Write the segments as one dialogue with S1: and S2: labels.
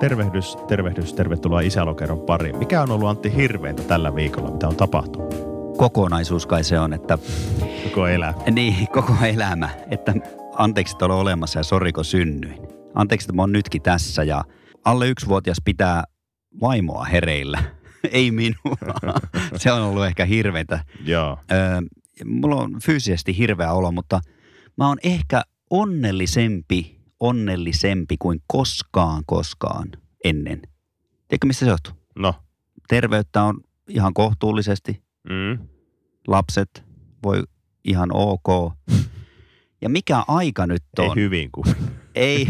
S1: Tervehdys, tervehdys, tervetuloa Isälokeron pariin. Mikä on ollut Antti hirveitä tällä viikolla, mitä on tapahtunut?
S2: kokonaisuus kai se on, että
S1: Koko elää.
S2: niin, koko elämä, että anteeksi, että olen olemassa ja sorriko synnyin. Anteeksi, että mä oon nytkin tässä ja alle yksivuotias pitää vaimoa hereillä, ei minua. se on ollut ehkä hirveitä.
S1: Joo.
S2: Öö, mulla on fyysisesti hirveä olo, mutta mä oon ehkä onnellisempi, onnellisempi kuin koskaan, koskaan ennen. Tiedätkö, mistä se johtuu?
S1: No.
S2: Terveyttä on ihan kohtuullisesti,
S1: Mm.
S2: lapset voi ihan ok. Ja mikä aika nyt
S1: Ei
S2: on?
S1: hyvin kuin.
S2: Ei.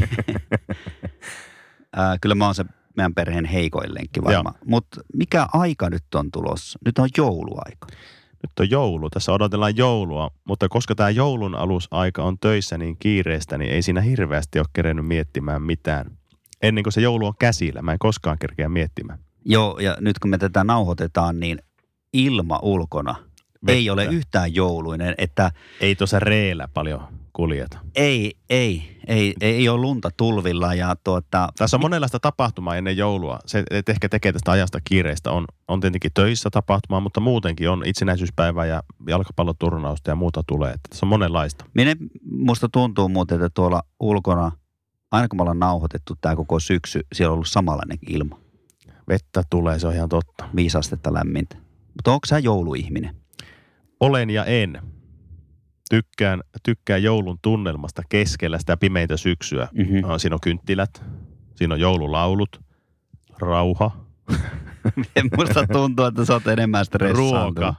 S2: Ää, Kyllä mä oon se meidän perheen heikoin lenkki varmaan. Mutta mikä aika nyt on tulossa? Nyt on jouluaika.
S1: Nyt on joulu, tässä odotellaan joulua, mutta koska tämä joulun alusaika on töissä niin kiireistä, niin ei siinä hirveästi ole kerennyt miettimään mitään. Ennen kuin se joulu on käsillä, mä en koskaan kerkeä miettimään.
S2: Joo, ja nyt kun me tätä nauhoitetaan, niin ilma ulkona ei
S1: Vettä.
S2: ole yhtään jouluinen, että
S1: Ei tuossa reellä paljon kuljeta.
S2: ei, ei, ei, ei, ei ole lunta tulvilla ja tuota,
S1: Tässä on monenlaista tapahtumaa ennen joulua. Se et ehkä tekee tästä ajasta kiireistä. On, on tietenkin töissä tapahtumaa, mutta muutenkin on itsenäisyyspäivää ja jalkapalloturnausta ja muuta tulee. Että tässä on monenlaista.
S2: Mene, musta tuntuu muuten, että tuolla ulkona, aina kun me ollaan nauhoitettu tämä koko syksy, siellä on ollut samanlainen ilma,
S1: Vettä tulee, se on ihan totta.
S2: viisi astetta lämmintä. Mutta onko sä jouluihminen?
S1: Olen ja en. Tykkään, tykkään joulun tunnelmasta keskellä sitä pimeintä syksyä.
S2: Mm-hmm.
S1: Mm. Siinä on kynttilät, siinä on joululaulut, rauha,
S2: musta tuntuu, että sä oot enemmän stressaantunut.
S1: ruoka.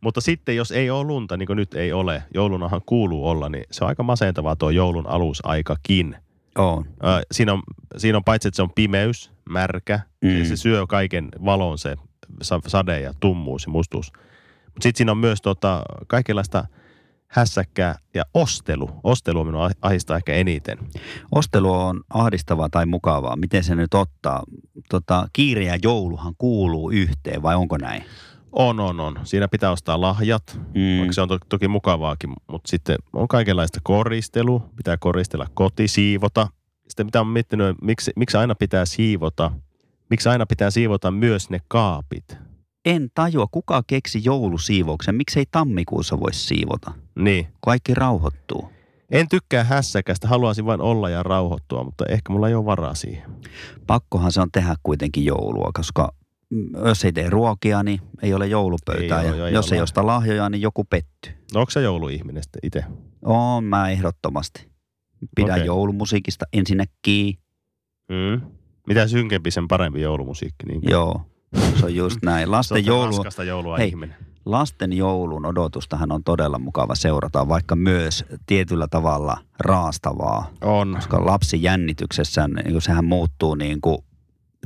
S1: Mutta sitten jos ei ole lunta, niin kuin nyt ei ole, joulunahan kuuluu olla, niin se on aika masentavaa tuo joulun alusaikakin.
S2: On.
S1: Ö, siinä, on, siinä on paitsi, että se on pimeys, märkä,
S2: Mm.
S1: mm. se syö kaiken valon se sa- sade ja tummuus ja mustuus. Mutta sitten siinä on myös tota, kaikenlaista hässäkkää ja ostelu. Ostelu minua ah- ahistaa ehkä eniten.
S2: Ostelu on ahdistavaa tai mukavaa. Miten se nyt ottaa? Tota, kiire ja jouluhan kuuluu yhteen, vai onko näin?
S1: On, on, on. Siinä pitää ostaa lahjat, mm. vaikka se on to- toki mukavaakin, mutta sitten on kaikenlaista koristelu, pitää koristella koti, siivota. Sitten mitä on miettinyt, miksi, miksi aina pitää siivota, miksi aina pitää siivota myös ne kaapit.
S2: En tajua, kuka keksi joulusiivouksen. Miksei tammikuussa voisi siivota?
S1: Niin.
S2: Kaikki rauhoittuu.
S1: En tykkää hässäkästä, haluaisin vain olla ja rauhoittua, mutta ehkä mulla ei ole varaa siihen.
S2: pakkohan se on tehdä kuitenkin joulua, koska mm, jos ei tee ruokia, niin ei ole joulupöytää.
S1: Ei
S2: Ei
S1: ole,
S2: ja
S1: ei
S2: jos
S1: ole.
S2: ei osta lahjoja, niin joku pettyy.
S1: No onko sä jouluihminen sitten itse?
S2: Oon mä ehdottomasti. Pidän
S1: Okei.
S2: okay. joulumusiikista ensinnäkin.
S1: Mm. Mitä synkempi, sen parempi joulumusiikki. Niin
S2: Joo, se on just näin. Lasten, joulu,
S1: Raskasta joulua
S2: Hei.
S1: ihminen.
S2: lasten joulun odotustahan on todella mukava seurata, vaikka myös tietyllä tavalla raastavaa.
S1: On.
S2: Koska lapsi jännityksessä, niin kun sehän muuttuu niin kuin,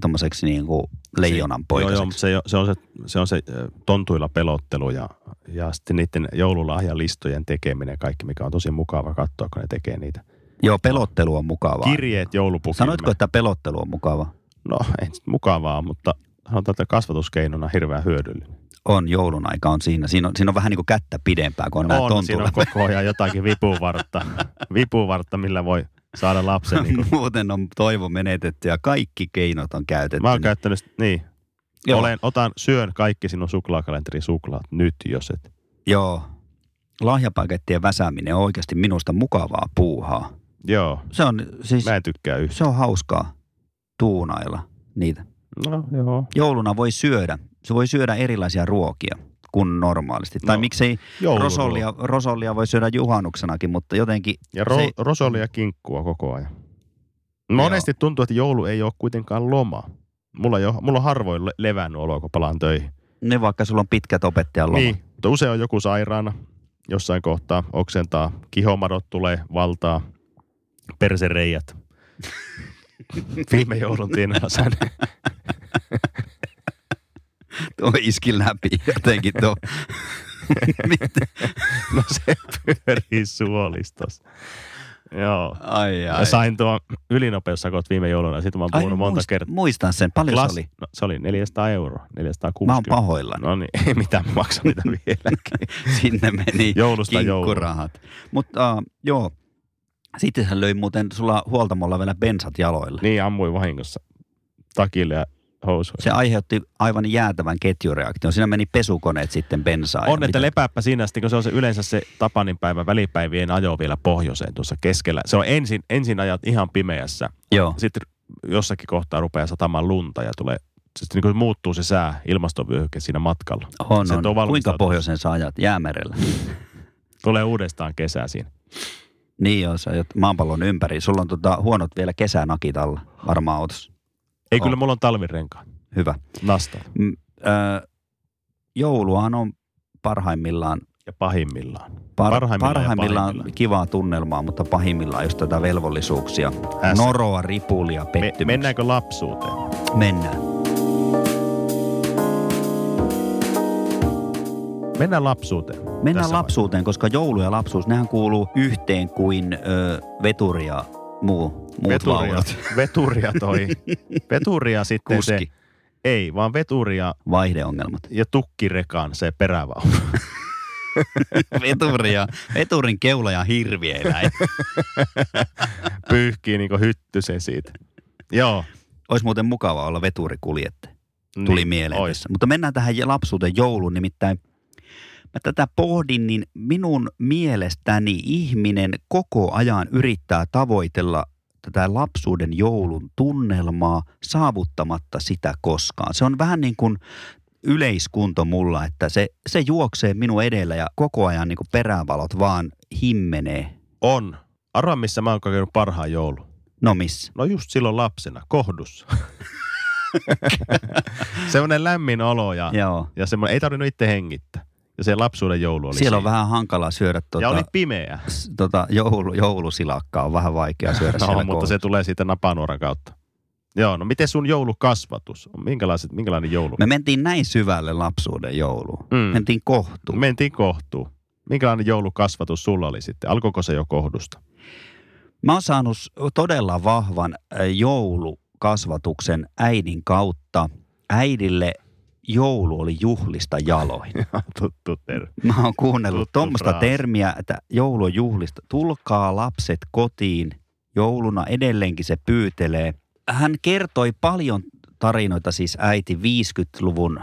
S2: tommoseksi niin kuin leijonan
S1: Joo, joo, mutta
S2: poikaseksi.
S1: se, se, on se, se on se ö, tontuilla pelottelu ja, ja sitten niiden joululahjalistojen tekeminen ja kaikki, mikä on tosi mukava katsoa, kun ne tekee niitä.
S2: Joo, pelottelu on mukavaa.
S1: Kirjeet joulupukille.
S2: Sanoitko, että pelottelu on mukava?
S1: No, ei nyt mukavaa, mutta sanotaan, että kasvatuskeinona hirveän hyödyllinen.
S2: On, joulun aika on siinä. Siinä on, siinä on vähän niin kuin kättä pidempää, kun on, nämä
S1: on siinä
S2: tontulla.
S1: on koko ajan jotakin vipuvartta, vipuvartta millä voi saada lapsen. Niin kuin.
S2: Muuten on toivo menetetty ja kaikki keinot on käytetty.
S1: Mä oon käyttänyt, niin,
S2: Joo.
S1: Olen, otan, syön kaikki sinun suklaakalenterin suklaat nyt, jos et.
S2: Joo. Lahjapakettien väsääminen on oikeasti minusta mukavaa puuhaa.
S1: Joo,
S2: Se on siis,
S1: mä en tykkää yhtään.
S2: se on hauskaa tuunailla niitä.
S1: No, joo.
S2: Jouluna voi syödä. Se voi syödä erilaisia ruokia kuin normaalisti. Tai
S1: No,
S2: miksei
S1: Jouluruoka.
S2: rosollia, rosollia voi syödä juhannuksenakin, mutta jotenkin
S1: Ja ro-
S2: se-
S1: rosolia kinkkua koko ajan. Monesti tuntuu, että joulu ei ole kuitenkaan loma. Mulla, ei ole, mulla on harvoin le- levännyt olo, kun palaan töihin.
S2: ne vaikka sulla on pitkät opettajan lomat.
S1: Niin. Mutta usein on joku sairaana jossain kohtaa, oksentaa, kihomadot tulee valtaa, persereijät. Viime joulun tienasan.
S2: Tuo iski läpi jotenkin tuo. Mitä?
S1: No se pyörii suolistossa. Joo.
S2: ai
S1: Mä
S2: ai.
S1: sain tuon ylinopeussakot viime jouluna. Siitä mä oon
S2: Ai,
S1: puhunut monta
S2: muist-
S1: kertaa.
S2: Muistan sen. Paljon
S1: Las-
S2: se oli?
S1: No, se oli 400 euroa. 460.
S2: Mä oon pahoillani.
S1: No niin, ei mitään, mä maksan niitä vieläkin.
S2: Sinne meni
S1: Joulusta joulua.
S2: kinkkurahat. Mutta uh, joo, sitten hän löi muuten sulla huoltamolla vielä bensat jaloille.
S1: Niin, ammuin vahingossa takille ja housuille.
S2: Se aiheutti aivan jäätävän ketjureaktion. Siinä meni pesukoneet sitten bensaa. ja
S1: On, että
S2: mitä-
S1: lepääpä siinä asti, kun se on se yleensä se Tapanin päivä välipäivien ajo vielä pohjoiseen tuossa keskellä. Se on ensin, ensin ajat ihan pimeässä,
S2: Joo,
S1: sitten jossakin kohtaa rupeaa satamaan lunta ja tulee, sitten niin muuttuu se sää, ilmastovyöhyke siinä matkalla.
S2: on,
S1: Sä et oo
S2: on. Kuinka
S1: valmistautunut.
S2: pohjoisen sä ajat? Jäämerellä.
S1: Tulee uudestaan kesä siinä.
S2: Niin joo, sä ajat maapallon ympäri. Sulla on tota, huonot vielä kesänakit alla varmaan autossa.
S1: Ei
S2: On.
S1: kyllä, mulla on talvirenkaat,
S2: Hyvä.
S1: nasta
S2: Mm, ö, jouluhan on parhaimmillaan,
S1: ja pahimmillaan.
S2: par,
S1: Parhaimmillaan
S2: parhaimmillaan,
S1: ja
S2: parhaimmillaan
S1: pahimmillaan.
S2: kivaa tunnelmaa, mutta pahimmillaan just tätä velvollisuuksia.
S1: Ässä.
S2: Noroa, ripulia,
S1: Me,
S2: pettymyksiä.
S1: mennäänkö lapsuuteen?
S2: Mennään.
S1: Mennään lapsuuteen.
S2: Mennään
S1: Tässä
S2: lapsuuteen, koska joulu ja lapsuus, nehän kuuluu yhteen kuin ö, veturi ja muu, muut
S1: veturia,
S2: laulut.
S1: veturia toi. Veturia sitten se,
S2: Kuski.
S1: ei, vaan veturia
S2: Vaihdeongelmat.
S1: ja tukkirekan se perävaunu.
S2: Veturia, veturin keula ja hirvieläin.
S1: Pyyhkii niinku hyttysen siitä. Joo.
S2: Olisi muuten mukava olla veturikuljettaja. tuli niin, mieleen
S1: ois.
S2: tässä. Mutta mennään tähän je- lapsuuteen jouluun, nimittäin mä tätä pohdin, niin minun mielestäni ihminen koko ajan yrittää tavoitella tätä lapsuuden joulun tunnelmaa saavuttamatta sitä koskaan. Se on vähän niin kuin yleiskunto mulla, että se, se juoksee minun edellä ja koko ajan niin kuin perävalot vaan himmenee.
S1: On. Arvaa, missä mä oon kokenut parhaan joulu.
S2: No missä?
S1: No just silloin lapsena, kohdussa. Semmoinen lämmin olo ja, ja.
S2: Joo.
S1: ja semmoinen, ei tarvinnut itse hengittää. Ja se lapsuuden joulu oli
S2: Siellä on
S1: siinä.
S2: vähän hankalaa syödä tuota,
S1: Ja oli pimeä.
S2: s- tota, joulu, joulusilakkaa. On vähän vaikea syödä
S1: No,
S2: siellä
S1: mutta se tulee siitä napanuoran kautta. Joo, no miten sun joulukasvatus? Minkälaiset, minkälainen joulu?
S2: Me mentiin näin syvälle lapsuuden jouluun. Mm.
S1: mm.
S2: Mentiin kohtuun. Me...
S1: Mentiin kohtuun. Minkälainen joulukasvatus sulla oli sitten? Alkoiko se jo kohdusta?
S2: Mä oon saanut s- todella vahvan äh, joulukasvatuksen äidin kautta. Äidille joulu oli juhlista jaloin.
S1: Tuttu ter.
S2: Mä oon kuunnellut
S1: Tuttu
S2: tuommoista
S1: fraasi.
S2: termiä, että joulu on juhlista. Tulkaa lapset kotiin. Jouluna edelleenkin se pyytelee. Hän kertoi paljon tarinoita siis äiti 50-luvun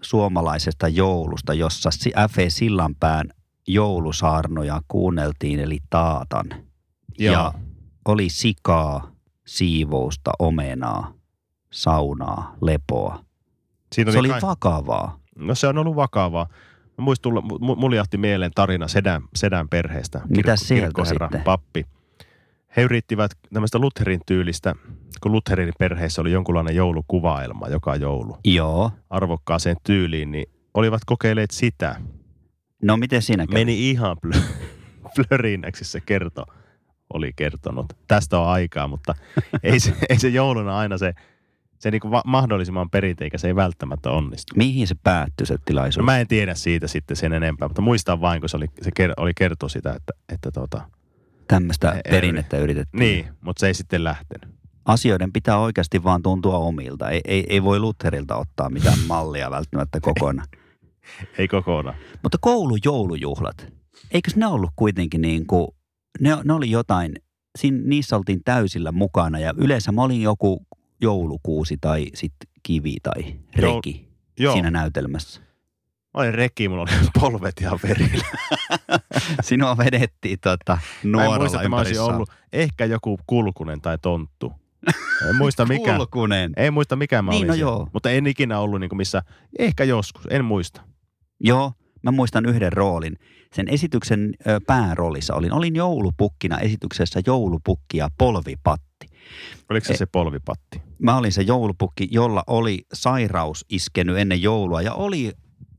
S2: suomalaisesta joulusta, jossa si- F.E. Sillanpään joulusaarnoja kuunneltiin, eli taatan. Ja
S1: Joo.
S2: oli sikaa, siivousta, omenaa, saunaa, lepoa.
S1: Siinä
S2: Se oli
S1: kai-
S2: vakavaa.
S1: No se on ollut vakavaa. Mä muistun, mulla jahti mieleen tarina sedän, sedän perheestä.
S2: Mitä sieltä
S1: kirkkoherra,
S2: sitten?
S1: Pappi. He yrittivät tämmöistä Lutherin tyylistä, kun Lutherin perheessä oli jonkunlainen joulukuvaelma joka joulu
S2: Joo.
S1: arvokkaaseen tyyliin, niin olivat kokeilleet sitä.
S2: No miten siinä kävi?
S1: Meni ihan plö, flörinäksi se kerto, oli kertonut. Tästä on aikaa, mutta ei se, ei se jouluna aina se, se niin va- mahdollisimman perinteikä, se ei välttämättä onnistu.
S2: Mihin se päättyi se
S1: No
S2: tilaisuus?
S1: mä en tiedä siitä sitten sen enempää, mutta muistan vain, kun se oli, se ker- oli kertoi sitä, että, että tota,
S2: Tämmöistä
S1: Ei-
S2: perinnettä yritettiin.
S1: niin, mutta se ei sitten lähtenyt.
S2: Asioiden pitää oikeasti vaan tuntua omilta. Ei, ei, ei voi Lutherilta ottaa mitään mallia välttämättä kokonaan.
S1: Ei kokonaan.
S2: Mutta koulujoulujuhlat, eikös ne ollut kuitenkin niin kuin, ne, ne oli jotain, siinä, niissä oltiin täysillä mukana ja yleensä mä olin joku joulukuusi tai sitten kivi tai
S1: Joo,
S2: reki
S1: Joo,
S2: siinä
S1: Siinä.
S2: näytelmässä.
S1: mä olin reki, mulla oli polvet ihan verillä.
S2: Sinua vedettiin tota,
S1: Mä
S2: nuoralla
S1: en muista, että mä olisin
S2: ympäri saa-
S1: ollut ehkä joku kulkunen tai tonttu. En muista mikä.
S2: Kulkunen.
S1: Ei muista mikä mä
S2: Niin,
S1: olin
S2: no
S1: siellä.
S2: joo.
S1: Mutta en ikinä ollut niin missä, ehkä joskus, en muista.
S2: Joo, mä muistan yhden roolin. Sen esityksen ö, pääroolissa olin. Olin joulupukkina esityksessä joulupukki ja polvipatti.
S1: Oliko se
S2: Ei.
S1: se polvipatti?
S2: Mä olin se joulupukki, jolla oli sairaus iskenyt ennen joulua ja oli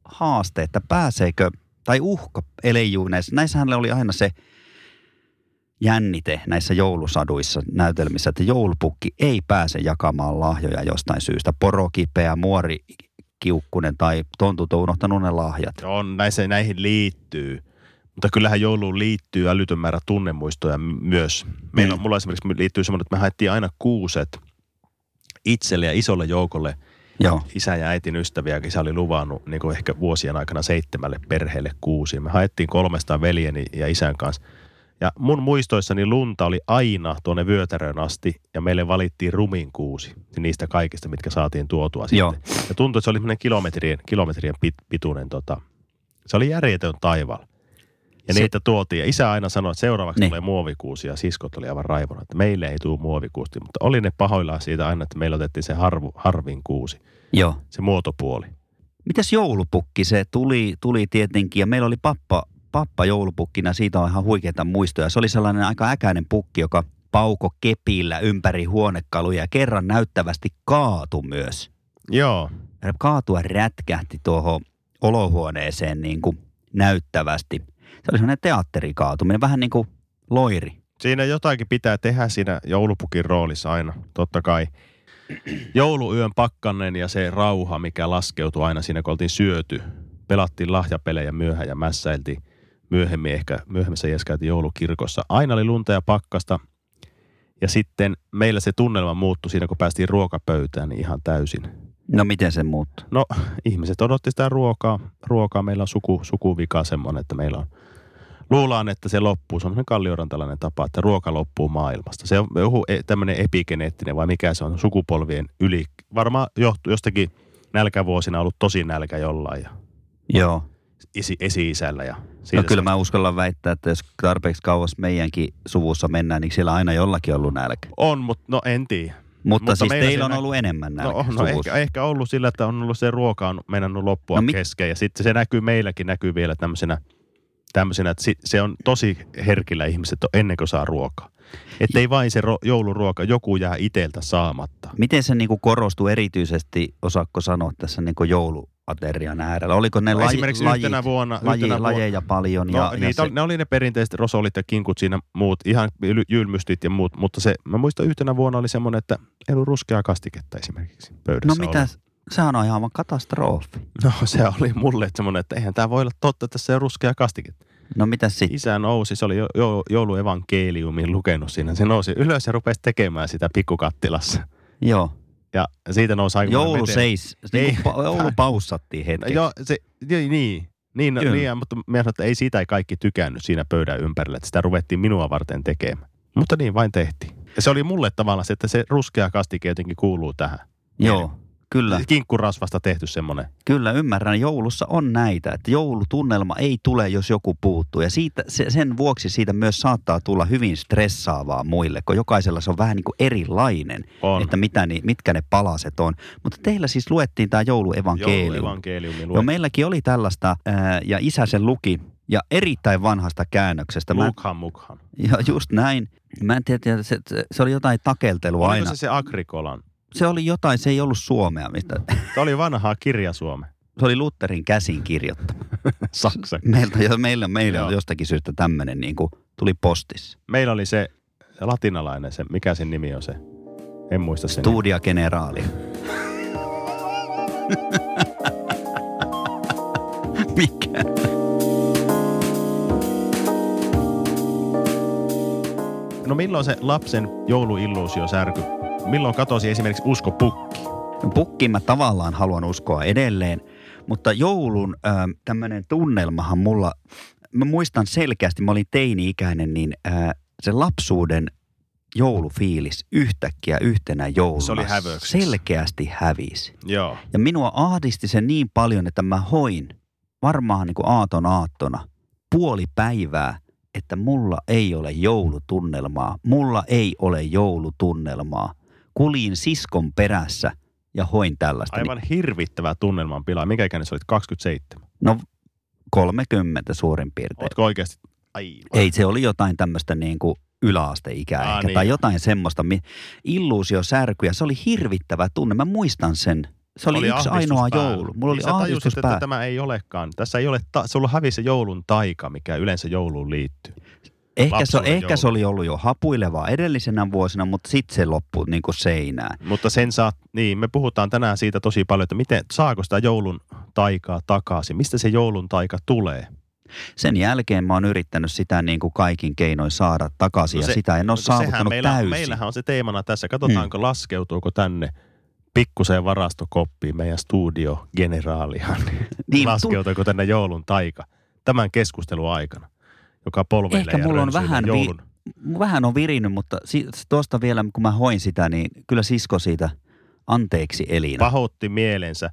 S2: haaste, että pääseekö, tai uhka eleijuu näissä. Näissähän oli aina se jännite näissä joulusaduissa näytelmissä, että joulupukki ei pääse jakamaan lahjoja jostain syystä. Poro kipeä, muori kiukkunen tai tontut on unohtanut ne lahjat.
S1: On, näissä, näihin liittyy. Mutta kyllähän jouluun liittyy älytön määrä tunnemuistoja m- myös. Meillä on, mulla esimerkiksi liittyy semmoinen, että me haettiin aina kuuset itselle ja isolle joukolle
S2: Joo.
S1: isä ja äitin ystäviä. Isä oli luvannut niin kuin ehkä vuosien aikana seitsemälle perheelle kuusi. Me haettiin kolmesta veljeni ja isän kanssa. Ja mun muistoissani lunta oli aina tuonne vyötärön asti ja meille valittiin rumin kuusi niistä kaikista, mitkä saatiin tuotua sitten.
S2: Joo.
S1: Ja tuntui, että se oli semmoinen kilometrien, kilometrien pit, pituinen, tota, se oli järjetön taival. Ja
S2: Se-
S1: se... niitä tuotiin. Ja isä aina sanoi, että seuraavaksi
S2: Niin.
S1: niin. tulee muovikuusi ja siskot oli aivan raivona, että meille ei tule muovikuusi. Mutta oli ne pahoillaan siitä aina, että meillä otettiin se harvu, harvin kuusi,
S2: Joo.
S1: se muotopuoli.
S2: Mitäs joulupukki? Se tuli, tuli tietenkin ja meillä oli pappa, pappa joulupukkina. Siitä on ihan huikeita muistoja. Se oli sellainen aika äkäinen pukki, joka pauko kepillä ympäri huonekaluja ja kerran näyttävästi kaatu myös.
S1: Joo,
S2: Kaatua rätkähti tuohon olohuoneeseen niin kuin näyttävästi. Se oli sellainen teatterikaatuminen, vähän niin kuin loiri.
S1: siinä jotakin pitää tehdä siinä joulupukin roolissa aina, totta kai. Jouluyön pakkanen ja se rauha, mikä laskeutui aina siinä, kun oltiin syöty. Pelattiin lahjapelejä myöhään ja mässäiltiin myöhemmin ehkä, myöhemmissä iässä käytiin joulukirkossa. Aina oli lunta ja pakkasta. Ja sitten meillä se tunnelma muuttui siinä, kun päästiin ruokapöytään niin ihan täysin.
S2: No miten se muuttuu?
S1: No, ihmiset odotti sitä ruokaa. Ruokaa meillä on suku, sukuvika semmoinen, että meillä on... Luulaan, että se loppuu. Se on semmoinen kalliorantainen tapa, että ruoka loppuu maailmasta. Se on joku e- tämmöinen epigeneettinen vai mikä se on sukupolvien yli. Varmaan johtuu jostakin nälkävuosina ollut tosi nälkä jollain ja
S2: Joo.
S1: isi, esi-isällä. Ja
S2: No
S1: siitä
S2: kyllä
S1: se-
S2: mä uskallan väittää, että jos tarpeeksi kauas meidänkin suvussa mennään, niin siellä aina jollakin on ollut nälkä.
S1: On, mutta no en tiedä.
S2: Mutta, Mutta
S1: Mutta
S2: siis
S1: meillä
S2: teillä on
S1: siinä-
S2: ollut enemmän nälkä
S1: No, on, no
S2: suvussa.
S1: ehkä, ehkä, ollut sillä, että on ollut se ruoka on mennänyt loppua
S2: No
S1: no,
S2: mit-
S1: kesken. Ja sitten se näkyy meilläkin, näkyy vielä tämmöisenä, tämmöisenä että si, se on tosi herkillä ihmiset on ennen kuin saa ruokaa. Että ei vain se ro, jouluruoka, joku jää iteltä saamatta.
S2: Miten se niinku korostuu erityisesti, osaatko sanoa tässä niinku jouluaterian äärellä? Oliko ne
S1: No
S2: laji,
S1: esimerkiksi
S2: lajit,
S1: yhtenä vuonna-
S2: laji,
S1: yhtenä vuonna-
S2: lajeja paljon?
S1: No,
S2: ja,
S1: ja, niitä,
S2: ja se,
S1: oli, ne oli ne perinteiset rosolit ja kinkut siinä muut, ihan yl- jylmystit ja muut, mutta se, mä muistan yhtenä vuonna oli semmoinen, että ei ollut ruskeaa kastiketta esimerkiksi
S2: no
S1: pöydässä
S2: mitä, sehän on ihan vaan katastrofi.
S1: Oli. No se oli mulle semmoinen, että eihän tämä voi olla totta, että tässä ei ole ruskeaa kastiketta.
S2: No mitä sitten?
S1: Isä nousi, se oli jo, jo, jouluevankeliumin lukenut siinä. Se nousi ylös ja rupesi tekemään sitä pikkukattilassa.
S2: Joo.
S1: Ja siitä nousi aika
S2: Joulu seis,
S1: Ei. No,
S2: niinku, pa- joulu paussattiin hetkeksi.
S1: Joo, se, niin, niin, niin, no,
S2: Kyllä.
S1: niin, mutta mä sanoin, että ei siitä ei kaikki tykännyt siinä pöydän ympärillä. Että sitä ruvettiin minua varten tekemään. Mutta niin vain tehtiin. Ja se oli mulle tavallaan se, että se ruskea kastike jotenkin kuuluu tähän.
S2: Joo, kyllä.
S1: Kinkkurasvasta tehty semmoinen.
S2: Kyllä, ymmärrän. Joulussa on näitä, että joulutunnelma ei tule, jos joku puuttuu. Ja siitä, se, sen vuoksi siitä myös saattaa tulla hyvin stressaavaa muille, kun jokaisella se on vähän niin kuin erilainen,
S1: On.
S2: että mitä ni, mitkä ne palaset on. Mutta teillä siis luettiin tämä jouluevankeliumi.
S1: Jouluevankeliumi
S2: Joo,
S1: lue.
S2: meilläkin oli tällaista, ää, ja isä sen luki, ja erittäin vanhasta käännöksestä. Mä,
S1: Mukhan mukhan.
S2: ja just näin. Mä en tiedä, se, se- se oli jotain takeltelua
S1: Oliko
S2: aina.
S1: se se Agrikolan?
S2: se oli jotain, se ei ollut suomea, mistä...
S1: Tämä oli vanhaa kirja Suome.
S2: Se oli Lutherin käsin kirjoittama.
S1: Saksa
S2: Meiltä, jo- meillä, meillä on
S1: Joo.
S2: jostakin syystä tämmöinen niin kuin, tuli postissa.
S1: Meillä oli se latinalainen, se, mikä sen nimi on se? En muista sen. Tu-
S2: Tuudia generaali. Mikä?
S1: no milloin se lapsen jouluilluusio särky? Milloin katosi esimerkiksi usko pukki?
S2: Pukkiin mä tavallaan haluan uskoa edelleen, mutta joulun äh, tämmöinen tunnelmahan mulla, mä muistan selkeästi, mä olin teini-ikäinen, niin äh, se lapsuuden joulufiilis yhtäkkiä yhtenä jouluna
S1: oli hävöksissä.
S2: selkeästi hävisi.
S1: Joo.
S2: Ja minua ahdisti se niin paljon, että mä hoin varmaan niin kuin aaton aattona puoli päivää, että mulla ei ole joulutunnelmaa. Mulla ei ole joulutunnelmaa. Kulin siskon perässä ja hoin tällaista.
S1: Aivan hirvittävä tunnelman pila. Mikä ikäinen sä olit? 27.
S2: No 30 suurin piirtein.
S1: Ootko oikeasti? Aivan.
S2: Ei, se oli jotain tämmöistä niin kuin yläasteikää
S1: Aa,
S2: ehkä,
S1: niin.
S2: tai jotain semmoista. mi- Illuusiosärkyjä, se oli hirvittävä tunne. Mä muistan sen. Se oli, yksi
S1: ahdistus
S2: ainoa
S1: päällä.
S2: joulu. Mulla oli
S1: niin sä
S2: ahdistus
S1: tajusit, että
S2: päällä.
S1: tämä ei olekaan. Tässä ei ole, ta- sulla hävisi se joulun taika, mikä yleensä jouluun liittyy.
S2: Ehkä, se,
S1: Lapsuuden
S2: ehkä se
S1: joulu.
S2: oli ollut jo hapuilevaa edellisenä vuosina, mutta sitten se loppui niin kuin seinään.
S1: Mutta sen saa, niin me puhutaan tänään siitä tosi paljon, että miten, saako sitä joulun taikaa takaisin? Mistä se joulun taika tulee?
S2: Sen jälkeen mä oon yrittänyt sitä niin kuin kaikin keinoin saada takaisin
S1: No
S2: no
S1: se-
S2: ja sitä en ole
S1: No
S2: saavuttanut
S1: meillä,
S2: täysin.
S1: Meillähän on se teemana tässä. Katsotaanko hmm. laskeutuuko tänne pikkuseen varastokoppiin meidän studiogeneraalihan.
S2: Niin,
S1: niin,
S2: tu-
S1: laskeutuuko tänne joulun taika tämän keskustelun aikana, joka polveilee
S2: Ehkä
S1: ja
S2: mulla on
S1: rönsyilee
S2: vähän vi-
S1: joulun.
S2: Vähän on virinyt, mutta si- tuosta vielä kun mä hoin sitä, niin kyllä sisko siitä anteeksi Elina.
S1: pahoitti mielensä.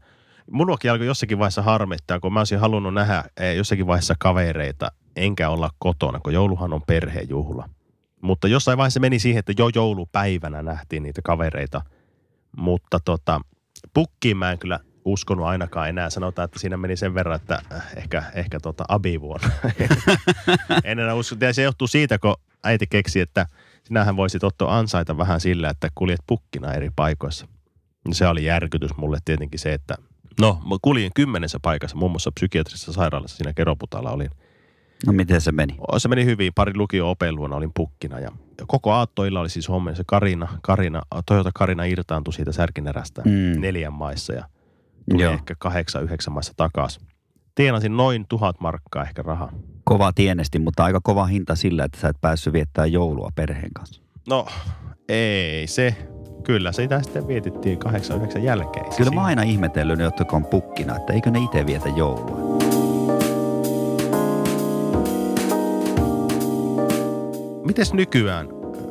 S1: Minuakin alkoi jossakin vaiheessa harmittaa, kun mä olisin halunnut nähdä eh, jossakin vaiheessa kavereita, enkä olla kotona, kun jouluhan on perhejuhla. Mutta jossain vaiheessa meni siihen, että jo joulupäivänä nähtiin niitä kavereita. Mutta tota, pukkiin mä en kyllä uskonut ainakaan enää. Sanotaan, että siinä meni sen verran, että äh, ehkä, ehkä tota abivuonna. en enää usko. Ja se johtuu siitä, kun äiti keksi, että sinähän voisit Otto ansaita vähän sillä, että kuljet pukkina eri paikoissa. Niin Se oli järkytys mulle tietenkin se, että no mä kuljin kymmenessä paikassa, muun muassa psykiatrisessa sairaalassa siinä Keroputalla olin.
S2: No miten se meni?
S1: Se meni hyvin, pari lukio luona olin pukkina ja koko aattoilla oli siis hommia. Se Karina, Karina, Toyota Karina irtaantui siitä särkinerästä
S2: Mm.
S1: mm. neljän maissa ja tuli
S2: Joo.
S1: Joo. ehkä kahdeksan, yhdeksän maissa takaisin. Tienasin noin tuhat markkaa ehkä rahaa.
S2: Kova tienesti, mutta aika kova hinta sillä, että sä et päässyt viettää joulua perheen kanssa.
S1: No ei se, kyllä sitä sitten vietittiin kahdeksan, yhdeksän jälkeen.
S2: Kyllä mä oon aina ihmetellyt ne, jotka on pukkina, että eikö ne itse vietä joulua.
S1: Mites nykyään?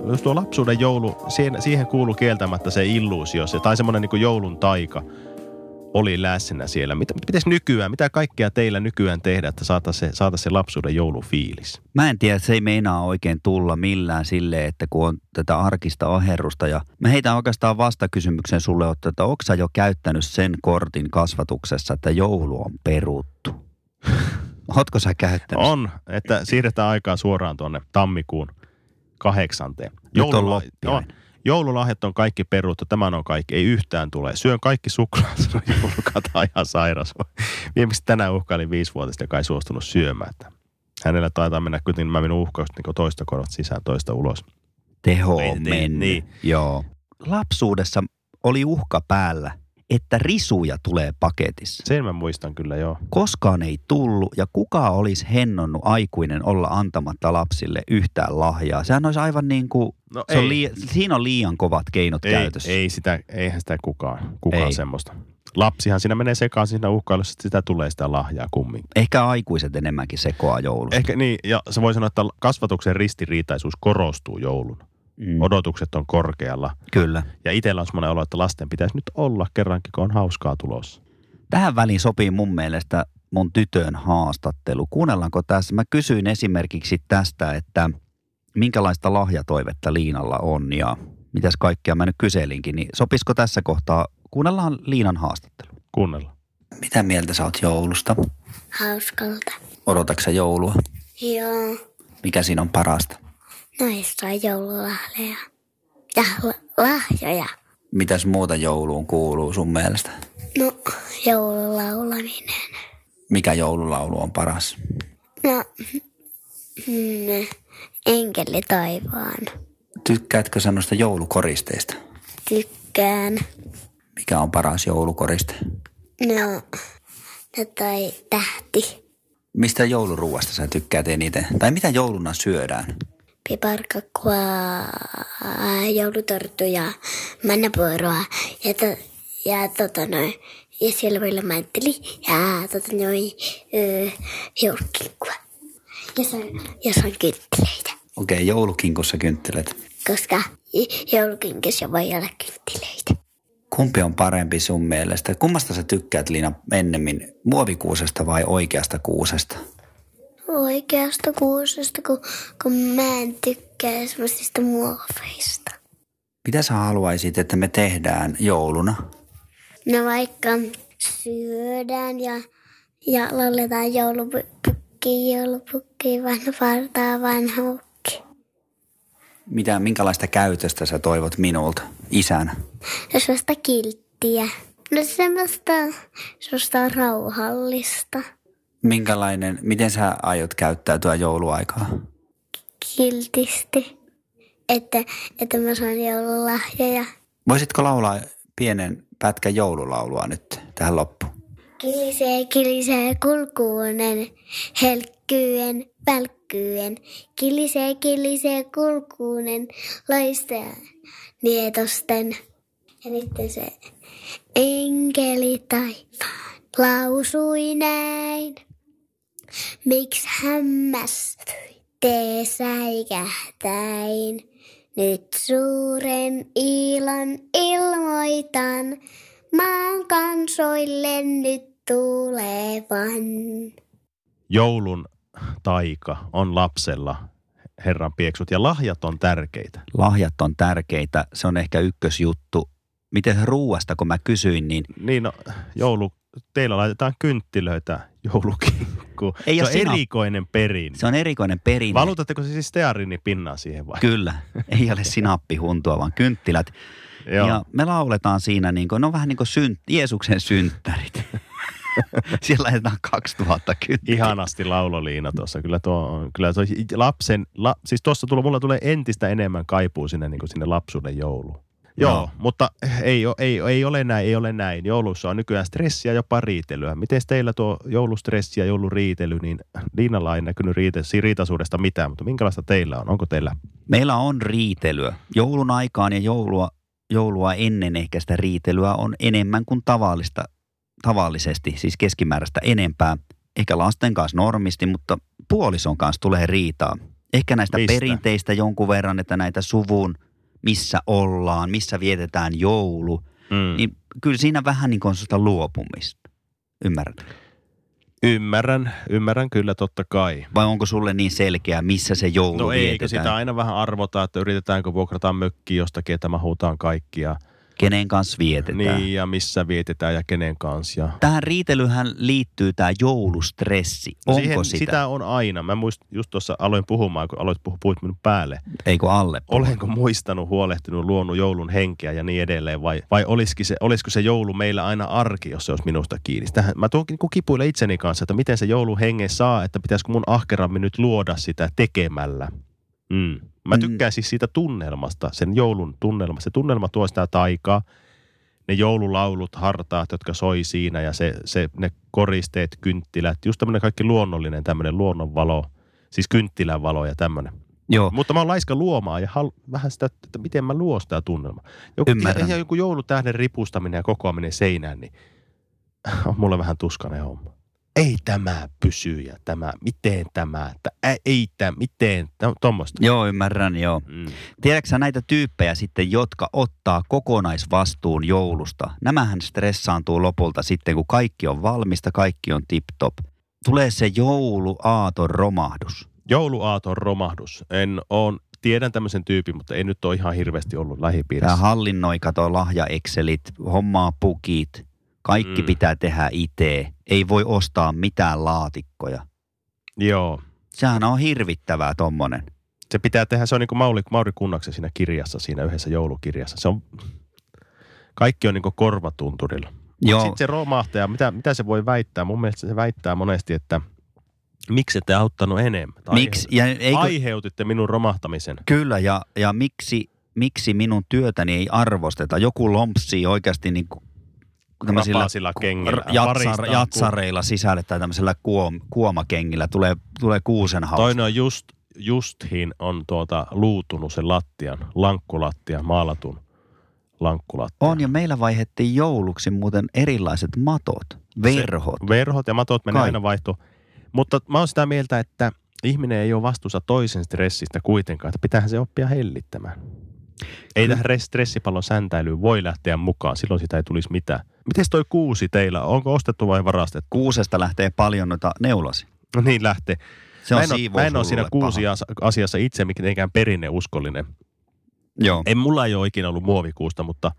S1: Jos tuo lapsuuden joulu, siihen, siihen kuuluu kieltämättä se illuusio, se, tai semmoinen niin joulun taika oli läsnä siellä. Mitä, mites nykyään, mitä kaikkea teillä nykyään tehdä, että saataisiin se, saata se lapsuuden joulufiilis?
S2: Mä en tiedä, se ei meinaa oikein tulla millään sille, että kun on tätä arkista aherrusta. Ja mä heitän oikeastaan vastakysymyksen sulle, Otto, että onko sä jo käyttänyt sen kortin kasvatuksessa, että joulu on peruttu? Ootko sä käyttänyt?
S1: On, että siirretään aikaa suoraan tuonne tammikuun kahdeksanteen.
S2: Nyt on
S1: Joulula-
S2: loppiainen.
S1: on. Joululahjat on kaikki peruttu, tämän on kaikki, ei yhtään tule. Syön kaikki suklaat, sanoi joulukata ihan sairas. Viimeksi tänään uhkailin viisivuotista, joka ei suostunut syömään. Että Hänellä taitaa mennä kuitenkin nämä minun uhkaukset niin toista korot sisään, toista ulos.
S2: teho on
S1: Niin, niin,
S2: mennyt.
S1: niin.
S2: Joo. Lapsuudessa oli uhka päällä, että risuja tulee paketissa.
S1: Sen mä muistan kyllä joo.
S2: Koskaan ei tullut ja kuka olisi hennonnut aikuinen olla antamatta lapsille yhtään lahjaa. Sehän olisi aivan niin kuin,
S1: No
S2: se on lii, siinä on liian kovat keinot
S1: ei,
S2: käytössä.
S1: ei sitä, eihän sitä kukaan, kukaan
S2: Ei.
S1: ei. semmoista. Lapsihan siinä menee sekaan siinä uhkailussa, että sitä tulee sitä lahjaa kumminkin.
S2: Ehkä aikuiset enemmänkin sekoaa joulussa.
S1: Ehkä niin, ja se voi sanoa, että kasvatuksen ristiriitaisuus korostuu jouluna.
S2: Mm,
S1: Odotukset on korkealla.
S2: kyllä.
S1: Ja itsellä on semmoinen olo, että lasten pitäisi nyt olla kerrankin, kun on hauskaa tulossa.
S2: Tähän väliin sopii mun mielestä mun tytön haastattelu. Kuunnellaanko tässä? Mä kysyin esimerkiksi tästä, että minkälaista lahjatoivetta Liinalla on ja mitäs kaikkea mä nyt kyselinkin. Niin sopisiko tässä kohtaa? Kuunnellaan Liinan haastattelu.
S1: Kuunnella.
S2: Mitä mieltä sä oot joulusta?
S3: hauskalta.
S2: Odotatko joulua?
S3: Joo,
S2: Mikä siinä on parasta?
S3: noista on joululahjoja. Ja la- lahjoja.
S2: Mitäs muuta jouluun kuuluu sun mielestä?
S3: No, joululaulaminen.
S2: Mikä joululaulu on paras?
S3: No, mm, enkeli taivaan.
S2: Tykkäätkö sanoista joulukoristeista?
S3: Tykkään.
S2: Mikä on paras joulukoriste?
S3: No, no tai tähti.
S2: Mistä jouluruuasta sä tykkäät eniten? Tai mitä jouluna syödään?
S3: Piparkakkua, joulutorttuja, männäpuoroa ja, to, ja tota noin. Ja silvillä mäntteli ja tota noin, öö, joulukikkua. Ja san, ja san kynttilöitä.
S2: Okei, okay, joulukinkussa kynttilät.
S3: koska i- joulukinkissä voi olla kynttilöitä.
S2: Kumpi on parempi sun mielestä? Kummasta sä tykkäät, Liina, ennemmin? Muovikuusesta vai oikeasta kuusesta?
S3: Oikeasta kuusesta, kun, kun mä en tykkää semmoisista muoveista.
S2: Mitä sä haluaisit, että me tehdään jouluna?
S3: No vaikka syödään ja, ja lauletaan joulupukki, joulupukki, vanha vartaa, vanha ukki.
S2: Mitä, minkälaista käytöstä sä toivot minulta, isänä?
S3: Ja semmoista kilttiä. No semmoista, semmoista rauhallista.
S2: Minkälainen, miten sä aiot käyttäytyä jouluaikaa?
S3: kiltisti, että, että mä saan joululahjoja.
S2: Voisitko laulaa pienen pätkän joululaulua nyt tähän loppuun?
S3: Kilisee, kilisee kulkuunen, helkkyen, välkkyen. Kilisee, kilisee kulkuunen, loistaa nietosten. Ja nyt se enkeli taivaan lausui näin. Miksi hämmästyitte säikähtäin? Nyt suuren ilon ilmoitan maan kansoille nyt tulevan.
S1: Joulun taika on lapsella, Herran pieksut, ja lahjat on tärkeitä.
S2: Lahjat on tärkeitä, se on ehkä ykkösjuttu. Miten ruuasta, kun mä kysyin, niin
S1: Niin, no, joulu, teillä laitetaan kynttilöitä joulukinkkuun.
S2: Ei
S1: se
S2: oo
S1: on
S2: sinä-
S1: erikoinen perinne.
S2: se on erikoinen perinne.
S1: Valutatteko se siis stearini pinnaa siihen vai?
S2: Kyllä, ei ole sinappihuntua, vaan kynttilät. Joo. Ja me lauletaan siinä, niin kuin, no vähän niin kuin synt, Jeesuksen synttärit. Siellä laitetaan 2000 kynttilää.
S1: Ihanasti lauloliina tuossa. Kyllä tuo on, kyllä tuo lapsen, la, siis tuossa tulo, mulla tulee entistä enemmän kaipuu sinne, niin kuin sinne lapsuuden jouluun. Joo,
S2: Joo.
S1: mutta ei, o- ei, ei ole näin, ei ole näin. Joulussa on nykyään stressiä ja jopa riitelyä. Miten teillä tuo joulustressi ja jouluriitely, niin Liinalla ei näkynyt riite, si- riitasuudesta mitään, mutta minkälaista teillä on? Onko teillä?
S2: Meillä on riitelyä. Joulun aikaan ja joulua, joulua ennen ehkä sitä riitelyä on enemmän kuin tavallista, tavallisesti, siis keskimääräistä enempää. Ehkä lasten kanssa normisti, mutta puolison kanssa tulee riitaa. Ehkä näistä
S1: Mistä?
S2: perinteistä jonkun verran, että näitä suvun, missä ollaan, missä vietetään joulu.
S1: Mm.
S2: Niin kyllä siinä vähän niin kuin on sitä luopumista. Ymmärrät?
S1: Ymmärrän, ymmärrän kyllä totta kai.
S2: Vai onko sulle niin selkeä, missä se joulu
S1: No eikö
S2: vietetään?
S1: sitä aina vähän arvota, että yritetäänkö vuokrata mökki jostakin, että mahutaan kaikkia.
S2: Kenen kanssa vietetään?
S1: Niin, ja missä vietetään ja kenen kanssa. Ja...
S2: Tähän riitelyhän liittyy tämä joulustressi.
S1: No
S2: Onko
S1: siihen,
S2: sitä? sitä?
S1: sitä on aina. Mä muist, just tuossa aloin puhumaan, kun aloit puhu, puhuit minun päälle.
S2: Eikö alle?
S1: Olenko muistanut, huolehtinut, luonut joulun henkeä ja niin edelleen, vai, vai olisikin se, olisiko se joulu meillä aina arki, jos se olisi minusta kiinni? Tähän, mä tuon niin kipuille itseni kanssa, että miten se joulun hengen saa, että pitäisikö mun ahkerammin nyt luoda sitä tekemällä. Mm. Mä
S2: Mm.
S1: tykkään siis siitä tunnelmasta, sen joulun tunnelmasta. Se tunnelma tuo sitä taikaa, ne joululaulut, hartaat, jotka soi siinä ja se, se, ne koristeet, kynttilät, just tämmöinen kaikki luonnollinen tämmöinen luonnonvalo, siis kynttilän valo ja tämmöinen.
S2: Joo.
S1: Mutta mä oon laiska luomaan ja halu, vähän sitä, että miten mä luon sitä tunnelmaa. Joku,
S2: Ymmärrän.
S1: Ihan joku joulutähden ripustaminen ja kokoaminen seinään, niin on mulle vähän tuskainen homma. Ei tämä pysy ja tämä, miten tämä, että ä, ei tämä, miten, tä- tommosta.
S2: Joo, ymmärrän, joo.
S1: Mm.
S2: Tiedätkö sä näitä tyyppejä sitten, jotka ottaa kokonaisvastuun joulusta? Nämähän stressaantuu lopulta sitten, kun kaikki on valmista, kaikki on tip-top. Tulee se jouluaaton romahdus.
S1: Jouluaaton romahdus. En on, tiedän tämmöisen tyypin, mutta ei nyt ole ihan hirveästi ollut
S2: Tämä
S1: lähipiirissä.
S2: hallinnoi, kato, lahja Excelit, hommaa pukit, kaikki
S1: Mm.
S2: mm. pitää tehdä itse. Ei voi ostaa mitään laatikkoja.
S1: Joo.
S2: Sehän on hirvittävää tommonen.
S1: Se pitää tehdä, se on niin kuin Mauri, Mauri Kunnaksen siinä kirjassa, siinä yhdessä joulukirjassa. Se on, kaikki on niin kuin korvatunturilla. Joo.
S2: Joo,
S1: Sitten se romahtaja, mitä, mitä se voi väittää? Mun mielestä se väittää monesti, että miksi ette auttanut enemmän? Tai
S2: miksi, ja eikö,
S1: Eikö... Aiheutitte minun romahtamisen.
S2: Kyllä, ja, ja miksi, miksi minun työtäni ei arvosteta? Joku lompsii oikeasti niin kuin
S1: Rapaisilla kengillä,
S2: jatsar,
S1: paristaan
S2: jatsareilla sisälle tai tämmöisellä kuom, kuomakengillä. Tulee, tulee kuusen hauska.
S1: Toinen on just, justhin on tuota luutunut sen lattian, lankkulattian, maalatun lankkulattian.
S2: On, ja meillä vaihettiin jouluksi muuten erilaiset matot, verhot.
S1: Verhot ja matot menee
S2: Kai.
S1: aina vaihto. Mutta mä oon sitä mieltä, että ihminen ei ole vastuussa toisen stressistä kuitenkaan. Että pitäähän se oppia hellittämään. Ei
S2: Kyllä.
S1: tähän res- stressipallon säntäilyyn voi lähteä mukaan. Silloin sitä ei tulisi mitään. Miten toi kuusi teillä? on? Onko ostettu vai varastettu?
S2: Kuusesta lähtee paljon noita neulasi.
S1: No niin lähtee.
S2: Se on
S1: mä en, oo-
S2: siivous
S1: mä en ole
S2: sulle
S1: siinä
S2: paha.
S1: kuusi asiassa itse mitenkään perinneuskollinen.
S2: Joo.
S1: En mulla ei ole ikinä ollut muovikuusta, mutta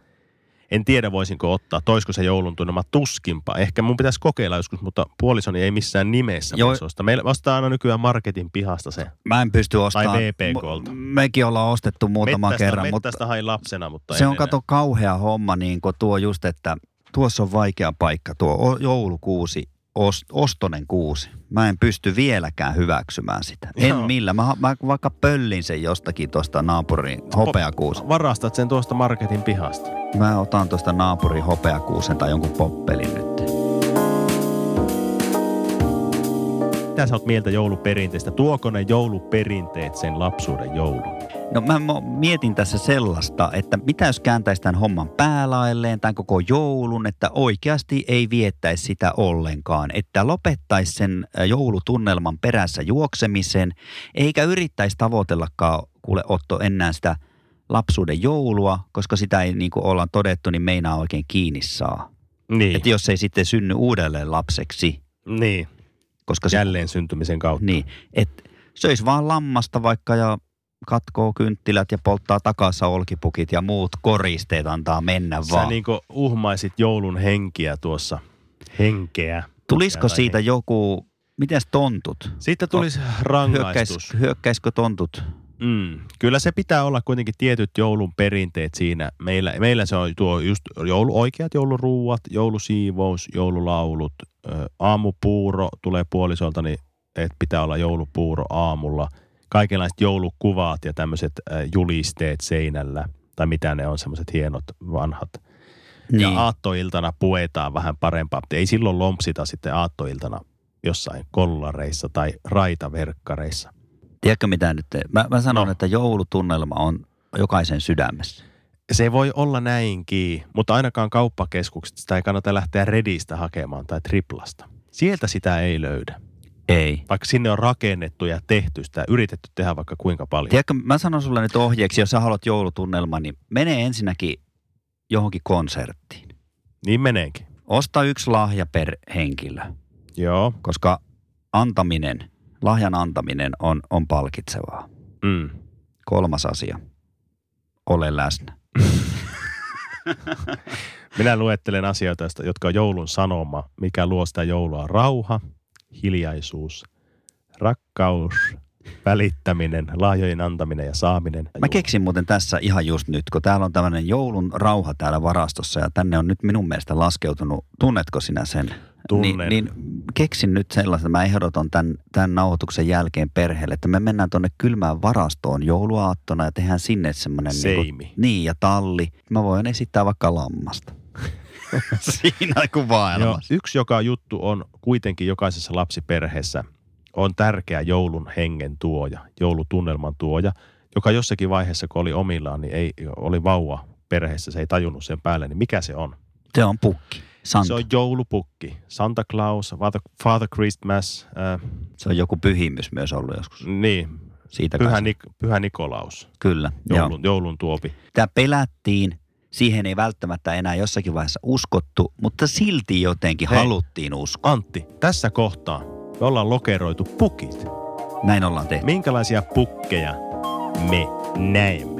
S1: en tiedä voisinko ottaa. Toisko se joulun tunnelma tuskinpa. Ehkä mun pitäisi kokeilla joskus, mutta puolisoni ei missään nimessä
S2: Joo.
S1: voisi ostaa. Meillä ostaa aina nykyään marketin pihasta se.
S2: Mä en pysty ostamaan.
S1: VPKlta.
S2: M- Mekin ollaan ostettu muutama
S1: mettästä,
S2: kerran, mutta
S1: mettästä hain lapsena, mutta
S2: Se
S1: en
S2: on
S1: enää.
S2: kato kauhea homma, niin kuin tuo just, että tuossa on vaikea paikka, tuo o- joulukuusi ost- ostonen kuusi. Mä en pysty vieläkään hyväksymään sitä. En
S1: Joo.
S2: millä. Mä, mä vaikka pöllin sen jostakin tuosta naapurin hopeakuusi.
S1: Varastat sen tuosta marketin pihasta.
S2: Mä otan tuosta naapurin hopeakuusen tai jonkun poppelin nyt.
S1: Mitä sä oot mieltä jouluperinteistä? Tuoko ne jouluperinteet sen lapsuuden joulun?
S2: No mä mo- mietin tässä sellaista, että mitä jos kääntäisi tämän homman päälailleen tämän koko joulun, että oikeasti ei viettäisi sitä ollenkaan. Että lopettaisi sen äh, joulutunnelman perässä juoksemisen, eikä yrittäisi tavoitellakaan kuule Otto enää sitä lapsuuden joulua, koska sitä ei niin kuin ollaan todettu, niin meinaa oikein kiinni saa.
S1: Niin,
S2: Että jos ei sitten synny uudelleen lapseksi,
S1: niin.
S2: koska se
S1: Jälleen syntymisen kautta.
S2: Niin, et söis vaan lammasta vaikka ja katkoo kynttilät ja polttaa takassa olkipukit ja muut koristeet antaa mennä
S1: Sä
S2: vaan.
S1: niin uhmaisit joulun henkiä tuossa. Henkeä.
S2: Tulisiko
S1: Tai
S2: siitä
S1: henkeä.
S2: joku, mites tontut?
S1: Siitä tulisi
S2: Hyökkäis,
S1: rangaistus.
S2: hyökkäisikö tontut?
S1: Mm. Kyllä se pitää olla kuitenkin tietyt joulun perinteet siinä. Meillä, meillä se on tuo just joulu, oikeat jouluruuat, joulusiivous, joululaulut, ö, aamupuuro tulee puolisolta, niin että pitää olla joulupuuro aamulla. Kaikenlaiset joulukuvat ja tämmöiset ö, julisteet seinällä, tai mitä ne on, semmoiset hienot vanhat. Niin. Ja aattoiltana puetaan vähän parempaa, mutta ei silloin lompsita sitten aattoiltana jossain kollareissa tai raitaverkkareissa.
S2: Tiedätkö mitä nyt? Mä, mä sanon,
S1: No.
S2: no. että joulutunnelma on jokaisen sydämessä.
S1: Se voi olla näinkin, mutta ainakaan kauppakeskuksesta sitä ei kannata lähteä Redistä hakemaan tai Triplasta. Sieltä sitä ei löydä,
S2: Ei.
S1: vaikka sinne on rakennettu ja tehty sitä, yritetty tehdä vaikka kuinka paljon.
S2: Tiedätkö, mä sanon sulle nyt ohjeeksi, jos sä haluat joulutunnelman, niin mene ensinnäkin johonkin konserttiin.
S1: Niin meneekin.
S2: Osta yksi lahja per henkilö.
S1: Joo.
S2: koska antaminen, lahjan antaminen on, on palkitsevaa.
S1: Mm.
S2: Kolmas asia, ole läsnä.
S1: Minä luettelen asioita, joista- jotka on joulun sanoma, mikä luo sitä joulua. Rauha, hiljaisuus, rakkaus, välittäminen, lahjojen antaminen ja saaminen.
S2: Mä keksin muuten tässä ihan just nyt, kun täällä on tämmöinen joulun rauha täällä varastossa ja tänne on nyt minun mielestä laskeutunut. Tunnetko sinä sen?
S1: Tunnen.
S2: Niin, niin keksin nyt sellaista, mä ehdotan tämän, tämän nauhoituksen jälkeen perheelle, että me mennään tuonne kylmään varastoon jouluaattona ja tehdään sinne semmoinen
S1: Seimi.
S2: Niin, niin ja talli. Mä voin esittää vaikka lammasta. Siinä
S1: Joo,
S2: kuvailmassa.
S1: yksi joka juttu on kuitenkin jokaisessa lapsiperheessä on tärkeä joulun hengen tuoja, joulutunnelman tuoja, joka jossakin vaiheessa, kun oli omillaan, niin ei, oli vauva perheessä, se ei tajunnut sen päälle, niin mikä se on?
S2: Se on pukki. Santa.
S1: Se on joulupukki. Santa Claus, Father, Father Christmas, äh,
S2: Se on joku pyhimys myös ollut joskus.
S1: niin,
S2: Siitä
S1: Pyhä,
S2: kanssa.
S1: Nik, Pyhä Nikolaus,
S2: Kyllä. Joo.
S1: joulun, joulun tuopi.
S2: Tämä pelättiin. Siihen ei välttämättä enää jossakin vaiheessa uskottu, mutta silti jotenkin
S1: Hei.
S2: haluttiin uskoa.
S1: Antti, tässä kohtaa me ollaan lokeroitu pukit.
S2: Näin ollaan tehty.
S1: Minkälaisia pukkeja me näemme?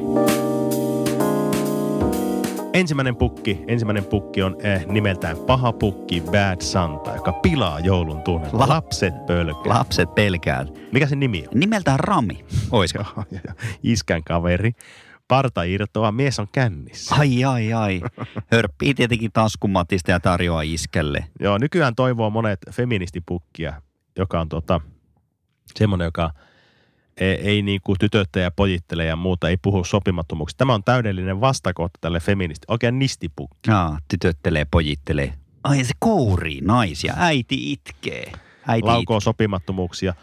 S1: Ensimmäinen pukki, ensimmäinen pukki on eh, nimeltään paha pukki Bad Santa, joka pilaa joulun tunne.
S2: La-
S1: Lapset pölkkää.
S2: Lapset pelkää.
S1: Mikä se nimi on?
S2: Nimeltään Rami. Oisko?
S1: Joo, joo, joo. Iskän kaveri. Parta irtoaa, mies on kännissä.
S2: Ai, ai, ai. Hörppii tietenkin taskumatista ja tarjoaa iskelle.
S1: Joo, nykyään toivoo monet feministipukkia, joka on tota, semmoinen, joka ei, ei niinku tytöttele ja pojittele ja muuta, ei puhu sopimattomuuksista. Tämä on täydellinen vastakohta tälle feministi, oikein nistipukki.
S2: Aa, tytöttelee, pojittelee. Ai se kourii naisia. Äiti itkee. Äiti
S1: Laukoo sopimattomuuksia,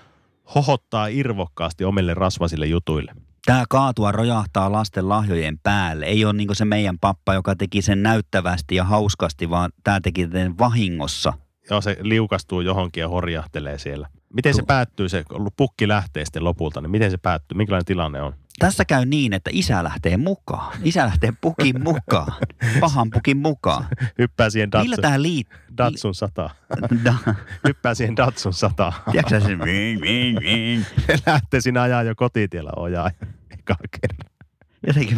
S1: hohottaa irvokkaasti omille rasvasille jutuille.
S2: Tämä kaatua rojahtaa lasten lahjojen päälle. Ei ole niinku se meidän pappa, joka teki sen näyttävästi ja hauskasti, vaan tämä teki sen vahingossa.
S1: Joo, se liukastuu johonkin ja horjahtelee siellä. Miten se
S2: Tuo-
S1: päättyy, se kun pukki lähtee sitten lopulta, niin miten se päättyy, minkälainen tilanne on?
S2: Tässä käy niin, että isä lähtee mukaan. Isä lähtee pukin mukaan. Pahan pukin mukaan.
S1: Hyppää siihen
S2: Millä
S1: Datsun,
S2: tämä liittyy?
S1: Datsun sataan.
S2: Da,
S1: Hyppää siihen Datsun sataan.
S2: tiedätkö sä sen? Ving, ving, ving.
S1: Ne lähtee sinä ajaa jo kotitiellä ojaa eka kerran.
S2: Jotenkin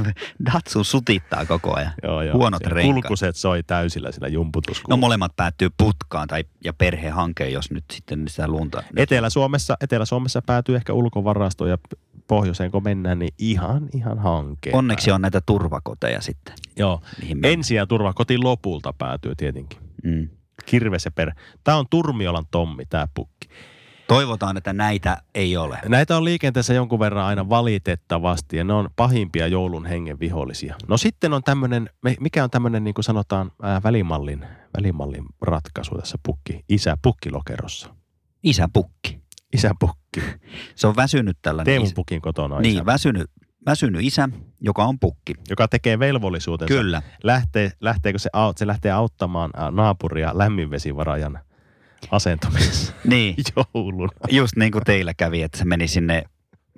S2: Datsu sutittaa koko ajan. Huonot
S1: Se
S2: renkaat.
S1: Kulkuset soi täysillä siinä jumputuskuun.
S2: No
S1: No,
S2: molemmat päättyy putkaan tai, ja perhehanke, jos nyt sitten sitä lunta.
S1: Etelä-Suomessa, Etelä-Suomessa päätyy ehkä ulkovarastoon ja pohjoiseen kun mennään, niin ihan, ihan hankeen.
S2: Onneksi on näitä turvakoteja sitten.
S1: Joo.
S2: Mihin mennään.
S1: Ensi- ja turvakoti lopulta päätyy tietenkin.
S2: Mm.
S1: Kirves ja perä. Tämä on Turmiolan Tommi, tämä pukki.
S2: Toivotaan, että näitä ei ole.
S1: Näitä on liikenteessä jonkun verran aina valitettavasti ja ne on pahimpia joulun hengen vihollisia. No sitten on tämmöinen, mikä on tämmöinen niin kuin sanotaan ää, välimallin, välimallin ratkaisu tässä pukki, isä pukkilokerossa.
S2: Isäpukki.
S1: Isä
S2: Niin.
S1: pukki.
S2: Se on väsynyt tällainen.
S1: Teemu
S2: isä.
S1: pukin kotona on
S2: Niin,
S1: isä,
S2: väsynyt, väsynyt isä, joka on pukki.
S1: joka tekee velvollisuutensa.
S2: Kyllä.
S1: Lähtee, lähteekö se, au- se lähtee auttamaan ää, naapuria lämminvesivarajan asentamisessa
S2: Niin,
S1: joulun.
S2: just niin kuin teillä kävi, että se meni sinne,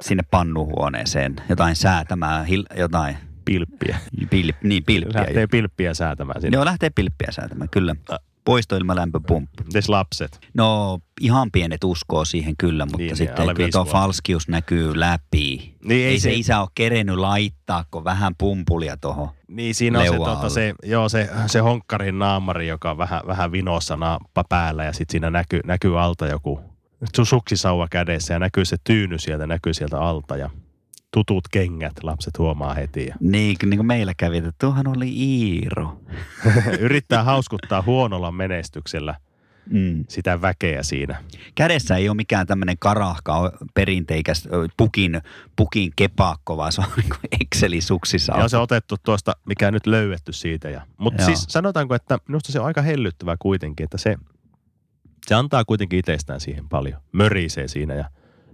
S2: sinne pannuhuoneeseen jotain säätämään, hil, jotain
S1: Pilppiä.
S2: pil, niin, pilppiä.
S1: Lähtee pilppiä säätämään sinne.
S2: Joo, lähtee pilppiä säätämään, kyllä. Poistoilmalämpöpumppu.
S1: Mites lapset?
S2: No, ihan pienet uskoo siihen kyllä, mutta
S1: Niin,
S2: niin,
S1: niin, alle
S2: sitten kyllä
S1: viisi
S2: tuo
S1: vuotta.
S2: falskius näkyy läpi.
S1: Niin, ei
S2: ei se
S1: se-
S2: isä ole kerennyt laittaa, kun vähän pumpulia tuohon.
S1: Niin siinä on se,
S2: Leua
S1: tota,
S2: alle.
S1: se, joo, se, se honkkarin naamari, joka on vähän, vähän vinossa naappa päällä ja sitten siinä näkyy, näkyy alta joku su- suksisauva kädessä ja näkyy se tyyny sieltä, näkyy sieltä alta ja tutut kengät lapset huomaa heti. Ja
S2: Niin, niin kuin meillä kävi, että tuohan oli Iiro.
S1: yrittää hauskuttaa huonolla menestyksellä
S2: Mm.
S1: sitä väkeä siinä.
S2: Kädessä ei ole mikään tämmöinen karahka perinteikäs ö, pukin, pukin kepaakko, vaan se on niin kuin Excelin suksissa.
S1: Ja se on otettu tuosta, mikä nyt löydetty siitä. Ja, mutta
S2: Joo.
S1: siis sanotaanko, että minusta se on aika hellyttävää kuitenkin, että se, se antaa kuitenkin itsestään siihen paljon. Mörisee siinä ja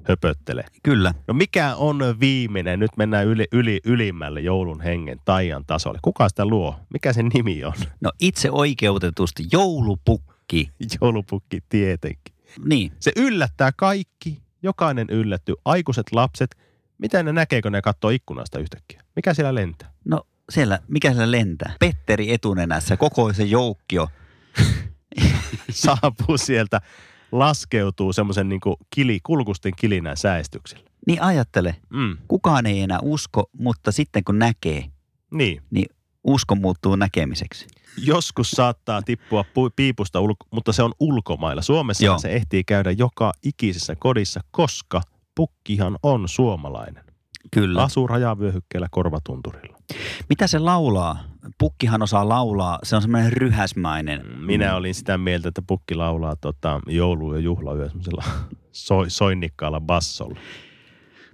S1: höpöttelee.
S2: Kyllä.
S1: No mikä on viimeinen? Nyt mennään yli, yli, ylimmälle joulun hengen taian tasolle. Kuka sitä luo? Mikä sen nimi on?
S2: No itse oikeutetusti joulupukki.
S1: Joulupukki tietenkin.
S2: Niin,
S1: Se yllättää kaikki. Jokainen yllättyy. Aikuiset, lapset. Mitä ne näkee, kun ne katsoo ikkunasta yhtäkkiä? Mikä siellä lentää?
S2: No siellä, mikä siellä lentää? Petteri etunenässä, koko se joukkio.
S1: Saapuu sieltä, laskeutuu semmoisen niin kili, kulkusten kilinän säestyksellä.
S2: Niin ajattele,
S1: Mm,
S2: kukaan ei enää usko, mutta sitten kun näkee,
S1: niin.
S2: niin usko muuttuu näkemiseksi.
S1: Joskus saattaa tippua pu- piipusta, ulko- mutta se on ulkomailla. Suomessa
S2: Joo.
S1: se ehtii käydä joka ikisessä kodissa, koska pukkihan on suomalainen.
S2: Kyllä.
S1: Asuu rajavyöhykkeellä korvatunturilla.
S2: Mitä se laulaa? Pukkihan osaa laulaa, se on semmoinen ryhäsmäinen.
S1: Minä olin sitä mieltä, että pukki laulaa tota, joulu- ja juhlayö semmoisella so- soinnikkaalla bassolla.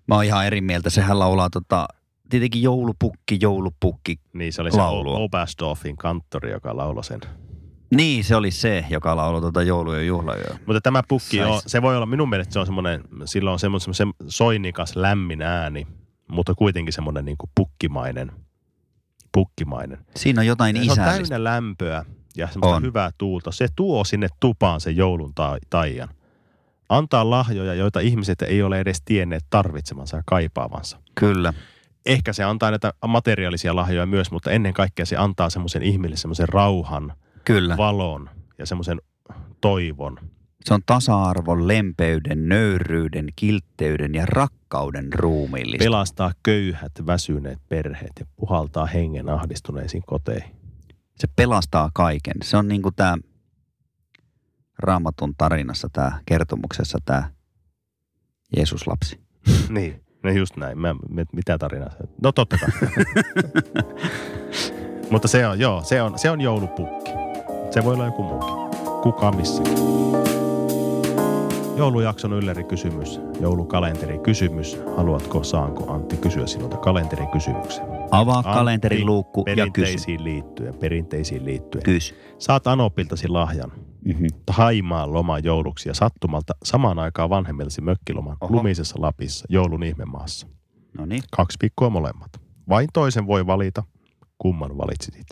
S2: Mä oon ihan eri mieltä, sehän laulaa tota, tietenkin joulupukki, joulupukki.
S1: Niin se oli se
S2: Laulua.
S1: O- Oberstdorfin kanttori, joka lauloi sen.
S2: Niin, se oli se, joka lauloi tota joulujen juhlajöä.
S1: Mutta tämä pukki,
S2: Sais.
S1: on, se voi olla minun mielestä se on semmoinen, sillä on semmoinen, semmoinen soinnikas lämmin ääni, mutta kuitenkin semmoinen niin kuin pukkimainen, pukkimainen.
S2: Siinä on jotain
S1: se on
S2: isällistä.
S1: täynnä lämpöä ja semmoista on.
S2: niin On.
S1: hyvää tuulta. Se tuo sinne tupaan sen joulun ta- taian. Antaa lahjoja, joita ihmiset ei ole edes tienneet tarvitsemansa ja kaipaavansa.
S2: Kyllä.
S1: Ehkä se antaa näitä materiaalisia lahjoja myös, mutta ennen kaikkea se antaa semmoisen ihmiselle semmoisen rauhan,
S2: Kyllä.
S1: valon ja semmoisen toivon.
S2: Se on tasa-arvon, lempeyden, nöyryyden, kiltteyden ja rakkauden ruumiillista.
S1: Pelastaa köyhät, väsyneet perheet ja puhaltaa hengen ahdistuneisiin koteihin.
S2: se pelastaa kaiken. Se on niin kuin tämä raamatun tarinassa, tämä kertomuksessa tämä Jeesuslapsi.
S1: niin. No just näin. Mä, mit- mitä tarinaa se? No totta kai. Mutta se on, joo, se on, se on joulupukki. Se voi olla joku muukin. Kuka missäkin. Joulujakson ylläri kysymys, joulukalenteri kysymys. Haluatko, saanko Antti kysyä sinulta kalenterikysymyksen?
S2: Avaa
S1: Antti,
S2: kalenterin luukku ja kysy.
S1: Perinteisiin liittyen, perinteisiin liittyen.
S2: Kysy.
S1: Saat Anopiltasi lahjan.
S2: Mm-hmm.
S1: Haimaan loman jouluksi ja sattumalta samaan aikaan vanhemmillesi mökkiloman Oho.
S2: Oho.
S1: lumisessa Lapissa joulun ihmemaassa.
S2: No niin.
S1: Kaksi viikkoa molemmat. Vain toisen voi valita, kumman valitsit.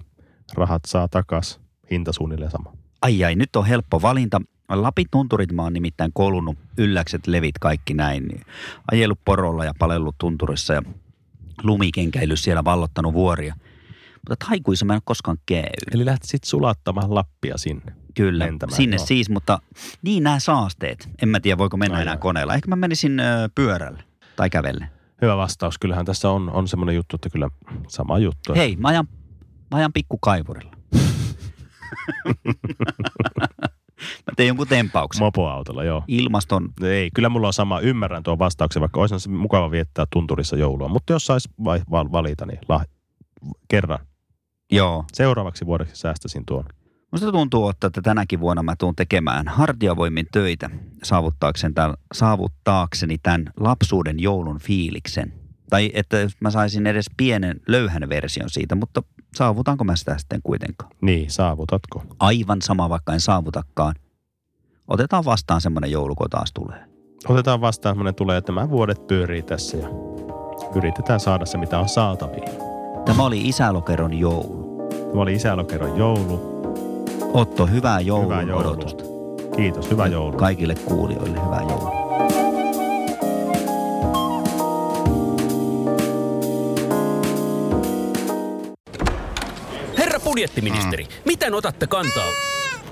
S1: Rahat saa takas, hinta suunnilleen sama.
S2: Ai ai, nyt on helppo valinta. Lapin tunturit mä oon nimittäin koulunut ylläkset, levit, kaikki näin. niin Ajellut porolla ja palellut tunturissa ja lumikenkäillyt siellä vallottanut vuoria. Mutta taikuissa mä en ole koskaan käynyt.
S1: Eli lähtisit sulattamaan Lappia sinne.
S2: Kyllä,
S1: lentämään,
S2: sinne
S1: joo.
S2: siis, mutta niin nämä saasteet. En mä tiedä, voiko mennä
S1: No
S2: enää
S1: joo.
S2: koneella. Ehkä mä menisin ö, pyörällä tai kävellen.
S1: Hyvä vastaus. Kyllähän tässä on, on semmoinen juttu, että kyllä sama juttu.
S2: Hei, mä ajan, mä ajan pikkukaivorilla. mä tein jonkun tempauksen.
S1: Mopoautolla, joo.
S2: Ilmaston,
S1: No Ei, kyllä mulla on sama. Ymmärrän tuon vastauksen, vaikka olisi se mukava viettää tunturissa joulua. Mutta jos sais vai- val- valita, niin lah- kerran.
S2: joo.
S1: Seuraavaksi vuodeksi säästäisin tuon.
S2: Musta tuntuu, että tänäkin vuonna mä tuun tekemään hartiavoimin töitä saavuttaakseni tämän, saavuttaakseni tämän lapsuuden joulun fiiliksen. Tai että jos mä saisin edes pienen löyhän version siitä, mutta saavutanko mä sitä sitten kuitenkaan?
S1: Niin, saavutatko?
S2: Aivan sama, vaikka en saavutakaan. Otetaan vastaan semmoinen joulu, kun taas tulee.
S1: Otetaan vastaan, semmoinen tulee, että nämä vuodet pyörii tässä ja yritetään saada se, mitä on saatavilla.
S2: Tämä oli isälokeron joulu.
S1: Tämä oli isälokeron joulu.
S2: Otto, hyvää joulun
S1: Hyvää joulua.
S2: odotusta.
S1: Kiitos, hyvää joulua.
S2: Kaikille kuulijoille hyvää joulua.
S4: Herra budjettiministeri, mm. miten otatte kantaa?